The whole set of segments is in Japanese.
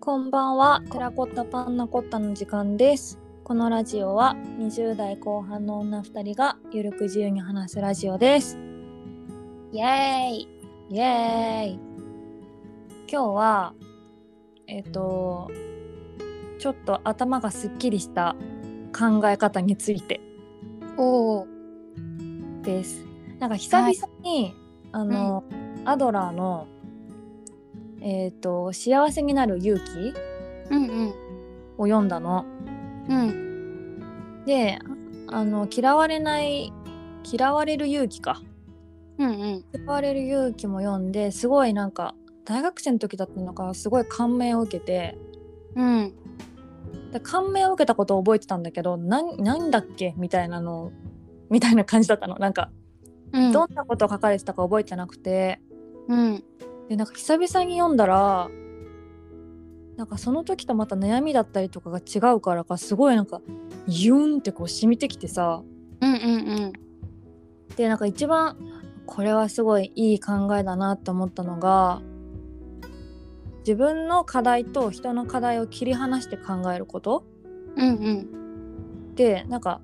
こんばんは。テラコッタパンナコッタの時間です。このラジオは20代後半の女2人がゆるく自由に話すラジオです。イエーイイエーイ今日は、えっ、と、ちょっと頭がすっきりした考え方についておお、です。なんか久々に、あの、アドラーの、えっ、と、幸せになる勇気うんうん、を読んだの。うん、であの嫌われない嫌われる勇気かうんうん、嫌われる勇気も読んですごいなんか大学生の時だったのかすごい感銘を受けてうん、で感銘を受けたことを覚えてたんだけどなんなんだっけみたいなのみたいな感じだったのなんかうん、どんなことを書かれてたか覚えてなくてうん、でなんか久々に読んだらなんかその時とまた悩みだったりとかが違うからかすごいなんかユーンってこう染みてきてさ、うんうんでなんか一番これはすごいいい考えだなと思ったのが自分の課題と人の課題を切り離して考えることうん、うんうん、でなんか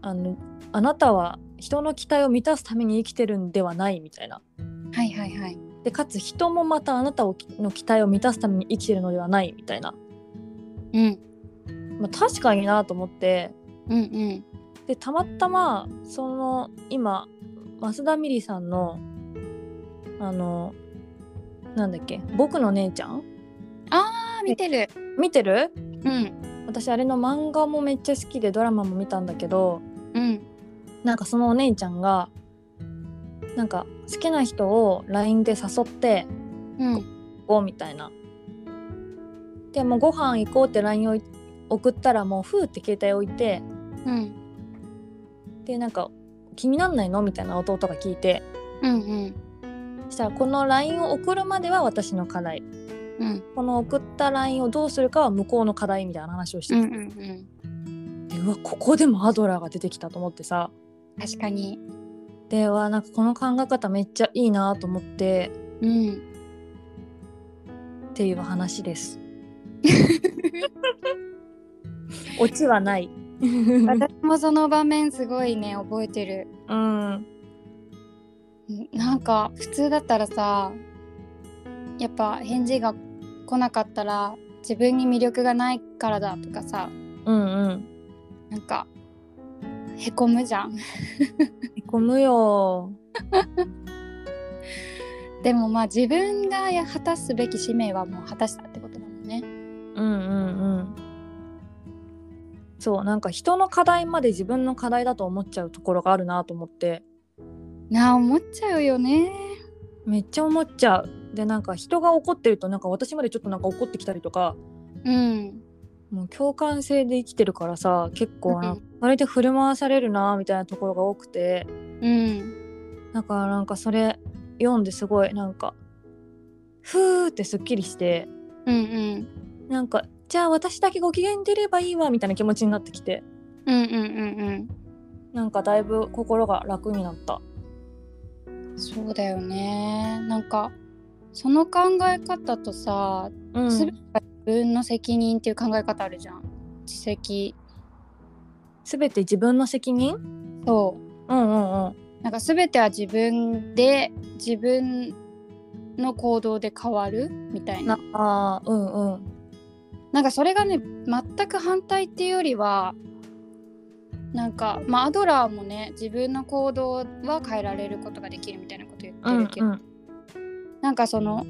あのあなたは人の期待を満たすために生きてるんではないみたいなはいはいはい、でかつ人もまたあなたをの期待を満たすために生きてるのではないみたいな、うん、まあ、確かになと思ってうんうん、でたまたまその今増田美里さんのあのなんだっけ「僕の姉ちゃんああ見てる、」見てるうん、私あれの漫画もめっちゃ好きでドラマも見たんだけどうん、なんかそのお姉ちゃんがなんか好きな人を LINE で誘ってうん、 「おみたいな。でもうご飯行こうって LINE を送ったらもう「ふう」って携帯置いてうん、でなんか「気になんないの?」みたいな弟が聞いて。うんうん、したらこの LINE を送るまでは私の課題うん、この送った LINE をどうするかは向こうの課題みたいな話をしてうて、んうん、でうわここでもアドラーが出てきたと思ってさ確かに、ではなんかこの考え方めっちゃいいなと思ってうん、っていう話です オチは ないう私もその場面すごいね覚えてる。んうんなんか普通だったらさ、やっぱ返事が来なかったら自分に魅力がないからだとかさ、うんうんなんかへこむじゃん。へこむよでもまあ自分が果たすべき使命はもう果たしたってことなのね。うんうんうんそうなんか人の課題まで自分の課題だと思っちゃうところがあるなと思ってなあ思っちゃうよね。めっちゃ思っちゃうでなんか人が怒ってるとなんか私までちょっとなんか怒ってきたりとかうん。もう共感性で生きてるからさ結構なうんかそれで振る舞わされるなみたいなところが多くてうん。だからなんかそれ読んですごいなんかふーってすっきりしてうんうん。なんかじゃあ私だけご機嫌でいればいいわみたいな気持ちになってきてうんうんうんなんかだいぶ心が楽になったうん。そうだよね。なんかその考え方とさ、うんすべてが自分の責任っていう考え方あるじゃん。自責。全て自分の責任そうんうんうんう。なんかすべては自分で自分の行動で変わるみたいなな。あーうんうんなんかそれがね全く反対っていうよりはなんか、まあ、アドラーもね自分の行動は変えられることができるみたいなこと言ってるけど、うんなんかその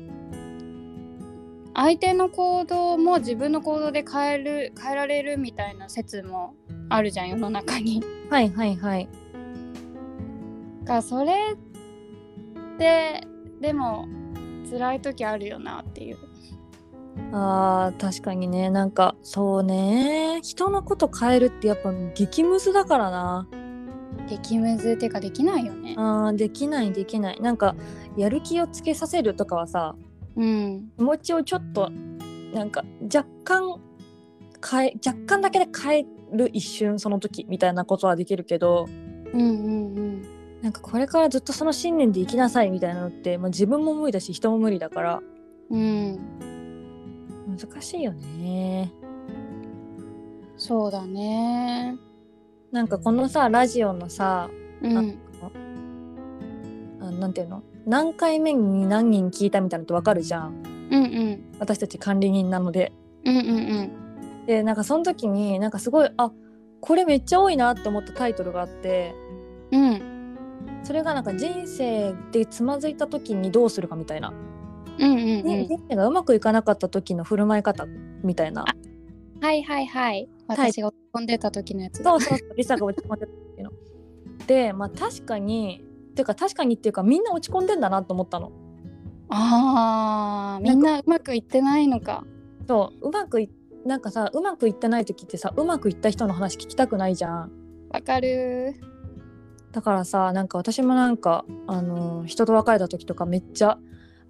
相手の行動も自分の行動で変える変えられるみたいな説もあるじゃん世の中に。うんはいはいはいだからそれってでも辛い時あるよなっていう。あー確かにねなんかそうね人のこと変えるってやっぱ激ムズだからな激ムズっていうかできないよね。あーできないできないなんかやる気をつけさせるとかはさうん、気持ちをちょっとなんか若干変え若干だけで変える一瞬その時みたいなことはできるけどうんうんうんなんかこれからずっとその信念で生きなさいみたいなのってもう自分も無理だし人も無理だからうん難しいよねそうだねなんかこのさラジオのさうんあなんていうの何回目に何人聞いたみたいなのってわかるじゃんうんうん私たち管理人なのでうんうんでなんかその時になんかすごいあこれめっちゃ多いなって思ったタイトルがあってうんうんそれがなんか人生でつまずいた時にどうするかみたいな、うんうんねう人生がうまくいかなかった時の振る舞い方みたいなんはいはいはい私が飛んでた時のやつだそうそうそうリサが落ち込んでたっていうの。でまあ確かにっていうか確かにっていうかみんな落ち込んでんだなと思ったの。あーみんなうまくいってないのかそううまくいなんかさうまくいってない時ってさうまくいった人の話聞きたくないじゃん。わかるーだからさなんか私もなんかあの人と別れた時とかめっちゃ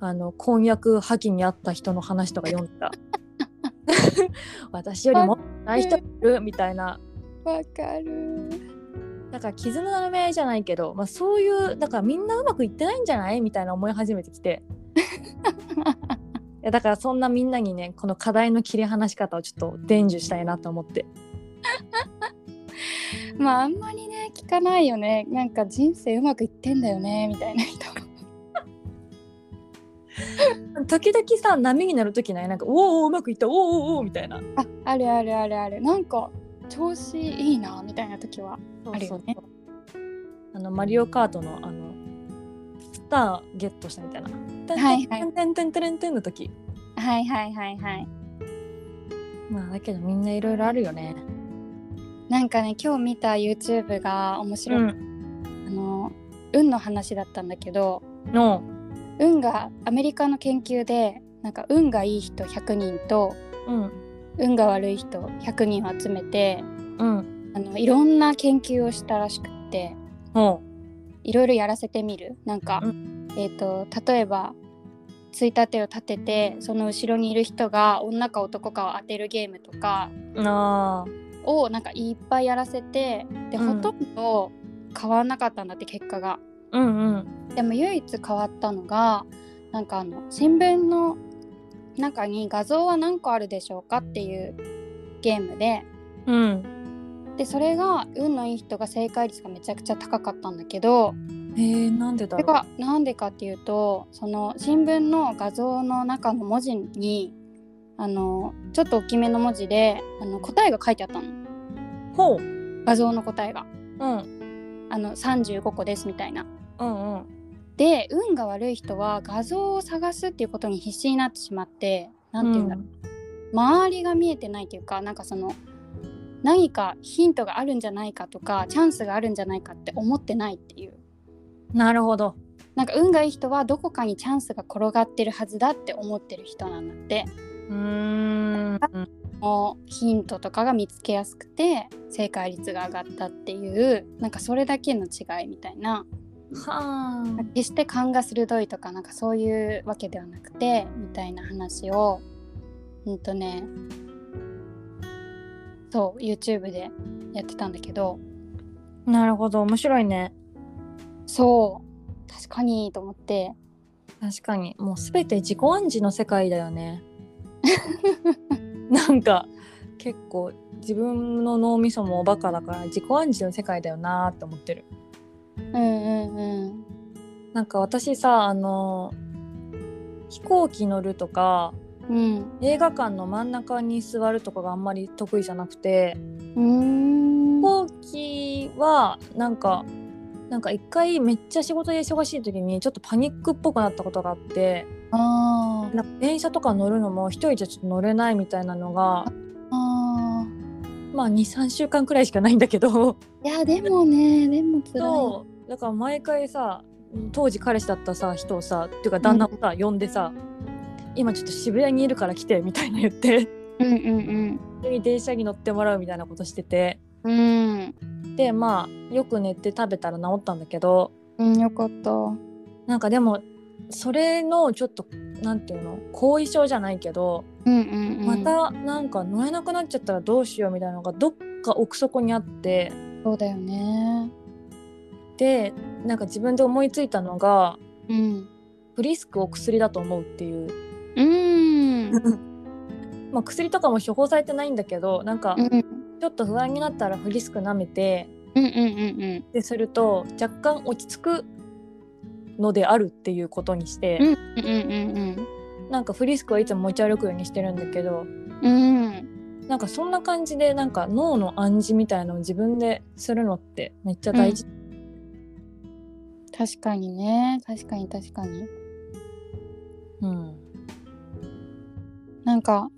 あの婚約破棄にあった人の話とか読んでた。私よりもない人いるみたいなわかるーだから絆の目じゃないけど、まあ、そういうだからみんなうまくいってないんじゃないみたいな思い始めてきていやだからそんなみんなにねこの課題の切り離し方をちょっと伝授したいなと思ってまああんまりね聞かないよねなんか人生うまくいってんだよねみたいな人時々さ波になる時ないなんか「おーおーうまくいったおーおーおーみたいな ああるあるあるあるなんか調子いいなみたいな時はあるよねそうそうあのマリオカートのあのスターゲットしたみたいな「はいはいてんてんてんてんてんてん」の時はいはいはいはいまあだけどみんないろいろあるよねなんかね今日見た YouTube が面白い、あの運の話だったんだけどの運がアメリカの研究でなんか運がいい人100人とうん運が悪い人100人を集めてうんあのいろんな研究をしたらしくってほいろいろやらせてみるなんか、うえっ、と例えばついたてを立ててその後ろにいる人が女か男かを当てるゲームとかうああをなんかいっぱいやらせてで、うんほとんど変わらなかったんだって結果が。うんうんでも唯一変わったのがなんかあの新聞の中に画像は何個あるでしょうかっていうゲームでうんでそれが運のいい人が正解率がめちゃくちゃ高かったんだけどえー、なんでそだれろがなんでかっていうとその新聞の画像の中の文字にあのちょっと大きめの文字であの答えが書いてあったのうほううん画像の答えがうんあの35個ですみたいな。うんで運が悪い人は画像を探すっていうことに必死になってしまってなんていうんだろう、周りが見えてないというかなんかその何かヒントがあるんじゃないかとかチャンスがあるんじゃないかって思ってないっていうなるほどなんか運がいい人はどこかにチャンスが転がってるはずだって思ってる人なんだってうーんもうヒントとかが見つけやすくて正解率が上がったっていうなんかそれだけの違いみたいなはー決して勘が鋭いとかなんかそういうわけではなくてみたいな話をうんとねそう YouTube でやってたんだけどなるほど面白いねそう確かにと思って確かにもうすべて自己暗示の世界だよねなんか結構自分の脳みそもバカだから自己暗示の世界だよなーって思ってるうんうんうんなんか私さあの飛行機乗るとかうん映画館の真ん中に座るとかがあんまり得意じゃなくてうーん飛行機はなんかなんか一回めっちゃ仕事で忙しい時にちょっとパニックっぽくなったことがあってあーなんか電車とか乗るのも一人じゃちょっと乗れないみたいなのがあーまあ23週間くらいしかないんだけどいやでもねでもつらいそうだから毎回さ当時彼氏だったさ人をさっていうか旦那をさ、呼んでさ「今ちょっと渋谷にいるから来て」みたいな言ってうんうん一緒に電車に乗ってもらうみたいなことしててうんうんでまあよく寝て食べたら治ったんだけどうんよかったうなんかでもそれのちょっとなんていうの後遺症じゃないけど、んうんうんまたなんか乗れなくなっちゃったらどうしようみたいなのがどっか奥底にあってそうだよねでなんか自分で思いついたのがうんフリスクを薬だと思うっていううーんまあ、薬とかも処方されてないんだけどなんかうんうんちょっと不安になったらフリスク舐めてうんうんですると若干落ち着くのであるっていうことにして、うんうんうんなんかフリスクはいつも持ち歩くようにしてるんだけどうんうんなんかそんな感じでなんか脳の暗示みたいのを自分でするのってめっちゃ大事、確かにね確かに確かにうんなんか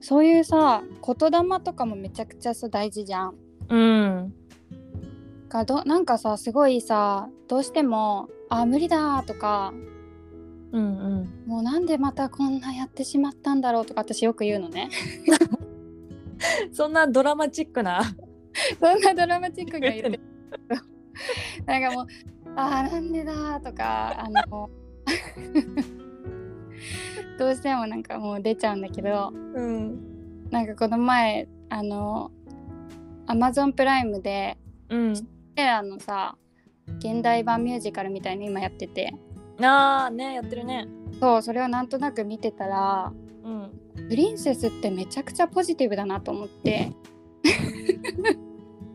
そういうさ言霊とかもめちゃくちゃさ大事じゃんうんがどなんかさすごいさどうしても「あ無理だ」とかうんうん「もうなんでまたこんなやってしまったんだろう」とか私よく言うのねそんなドラマチックなそんなドラマチックが言ってるなんかもう「あーなんでだ」とかあのどうしてもなんかもう出ちゃうんだけどうんなんかこの前あのアマゾンプライムでうん彼らのさ現代版ミュージカルみたいの今やっててああねやってるねそうそれをなんとなく見てたらうんプリンセスってめちゃくちゃポジティブだなと思って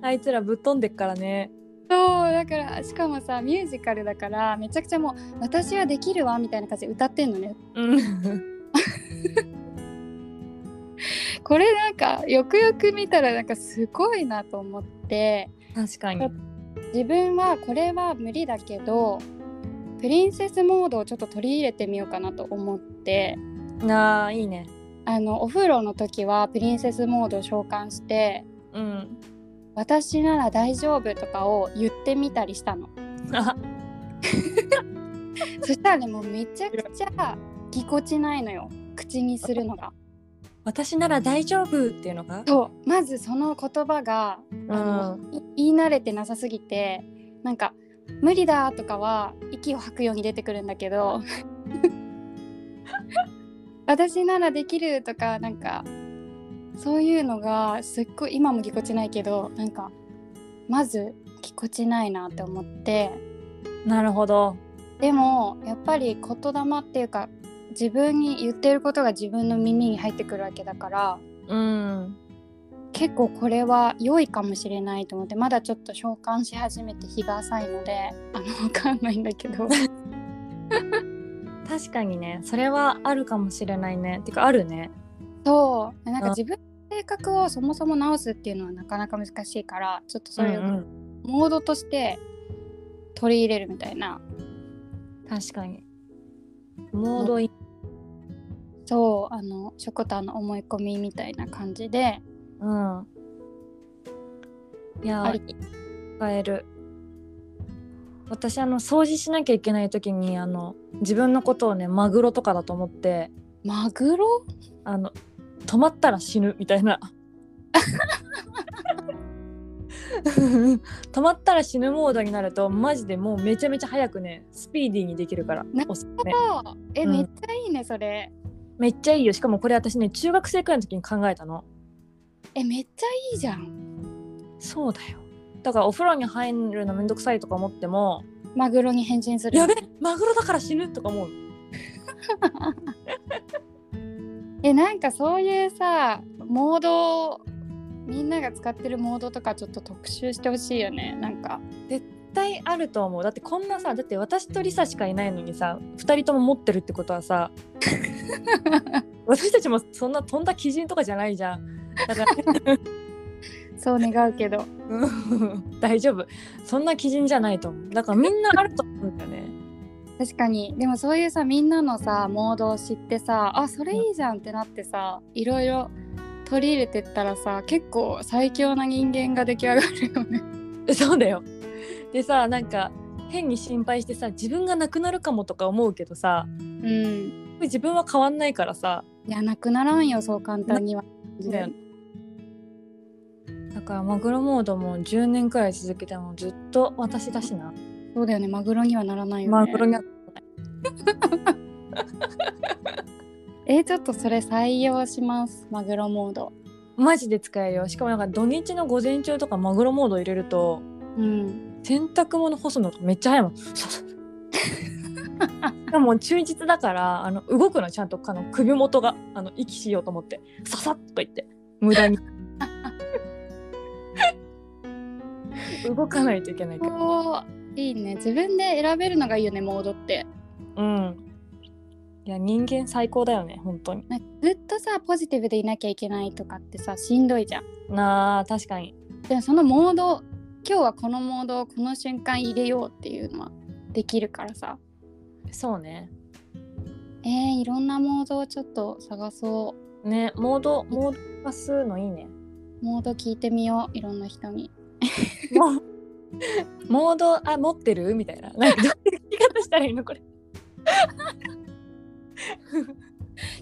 あいつらぶっ飛んでっからねそうだからしかもさミュージカルだからめちゃくちゃもう「私はできるわ」みたいな感じで歌ってんのねうんこれなんかよくよく見たらなんかすごいなと思って 確かに自分はこれは無理だけどプリンセスモードをちょっと取り入れてみようかなと思ってあーいいねあのお風呂の時はプリンセスモードを召喚してうん「私なら大丈夫」とかを言ってみたりしたの。あそしたらねもうめちゃくちゃぎこちないのよ口にするのが。私なら大丈夫っていうのがそうまずその言葉がうあの、い言い慣れてなさすぎてなんか「無理だ」とかは息を吐くように出てくるんだけど 「私ならできる」とかなんかそういうのがすっごい今もぎこちないけどなんかまずぎこちないなって思って。なるほどでもやっぱり言霊っていうか自分に言ってることが自分の耳に入ってくるわけだからうん結構これは良いかもしれないと思ってまだちょっと召喚し始めて日が浅いのであの分かんないんだけど確かにねそれはあるかもしれないねてかあるねそうなんか自分の性格をそもそも直すっていうのはなかなか難しいからちょっとそれをうんうモードとして取り入れるみたいな、確かにモードインそうあのしょこたんの思い込みみたいな感じでうんいやーあり使える私あの掃除しなきゃいけない時にあの自分のことをねマグロとかだと思ってマグロあの止まったら死ぬみたい な止まったら死ぬモードになるとマジでもうめちゃめちゃ早くねスピーディーにできるからなるほどおすすめあえ、うんめっちゃいいねそれ。めっちゃいいよしかもこれ私ね中学生くらいの時に考えたのえめっちゃいいじゃんそうだよだからお風呂に入るのめんどくさいとか思ってもマグロに変身するやべマグロだから死ぬとか思うえなんかそういうさモードをみんなが使ってるモードとかちょっと特集してほしいよねなんか絶対あると思うだってこんなさだって私とリサしかいないのにさ2人とも持ってるってことは さ私たちもそんな飛んだ基準とかじゃないじゃんだからそう願うけどうん大丈夫そんな基準じゃないと思うだからみんなあると思うんだよね確かにでもそういうさみんなのさモードを知ってさあそれいいじゃんってなってさいろいろ取り入れてったらさ結構最強な人間が出来上がるよねそうだよでさなんか変に心配してさ自分がなくなるかもとか思 うけどさうん自分は変わんないからさいやなくならんよそう簡単にはだよねだからマグロモードも10年くらい続けてもずっと私だしなそうだよねマグロにはならないよねマグロにえちょっとそれ採用しますマグロモードマジで使えるよしかもなんか土日の午前中とかマグロモード入れるとうん洗濯物干すのとかめっちゃ早いもんさでも忠実だからあの動くのちゃんとあの首元があの息しようと思ってささっといって無駄に動かないといけないからおーいいね自分で選べるのがいいよねモードってうんいや人間最高だよね本当になんかずっとさポジティブでいなきゃいけないとかってさしんどいじゃんなあ確かにでもそのモード今日はこのモードをこの瞬間入れようっていうのはできるからさそうねえー、いろんなモードをちょっと探そねモードモード化するのいいねうモード聞いてみよういろんな人にもうモードあ持ってるみたいななんかどういう聞き方したらいいのこれ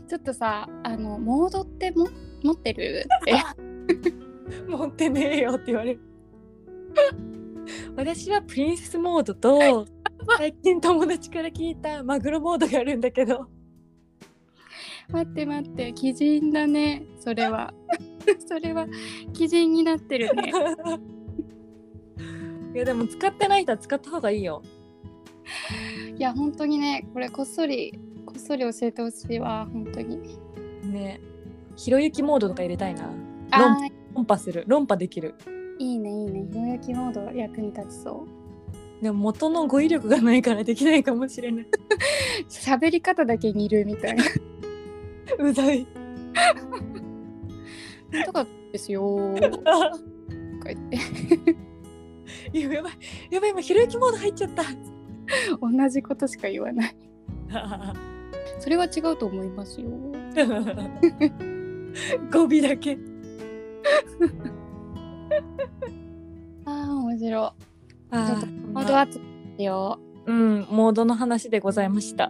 ちょっとさあのモードっても持ってるって持ってねえよって言われる私はプリンセスモードと最近友達から聞いたマグロモードがあるんだけど待って待って鬼人だねそれは それは鬼人になってるねいやでも使ってない人は使った方がいいよいや本当にねこれこっそりこっそり教えてほしいわ本当にねひろゆきモードとか入れたいなあー論破する論破できるいいねいいねひろゆきモード役に立ちそうでも元の語彙力がないからできないかもしれない喋り方だけ似るみたいなうざいとかですよーとか言っていややばいやばい今ひろゆきモード入っちゃった同じことしか言わないそれは違うと思いますよ語尾だけあー面白いちょっあとーモードはつようん、モードの話でございま した。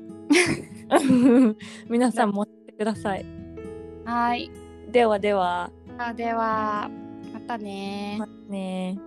皆さんもしてください。はいではでは、あではまたねーまたねー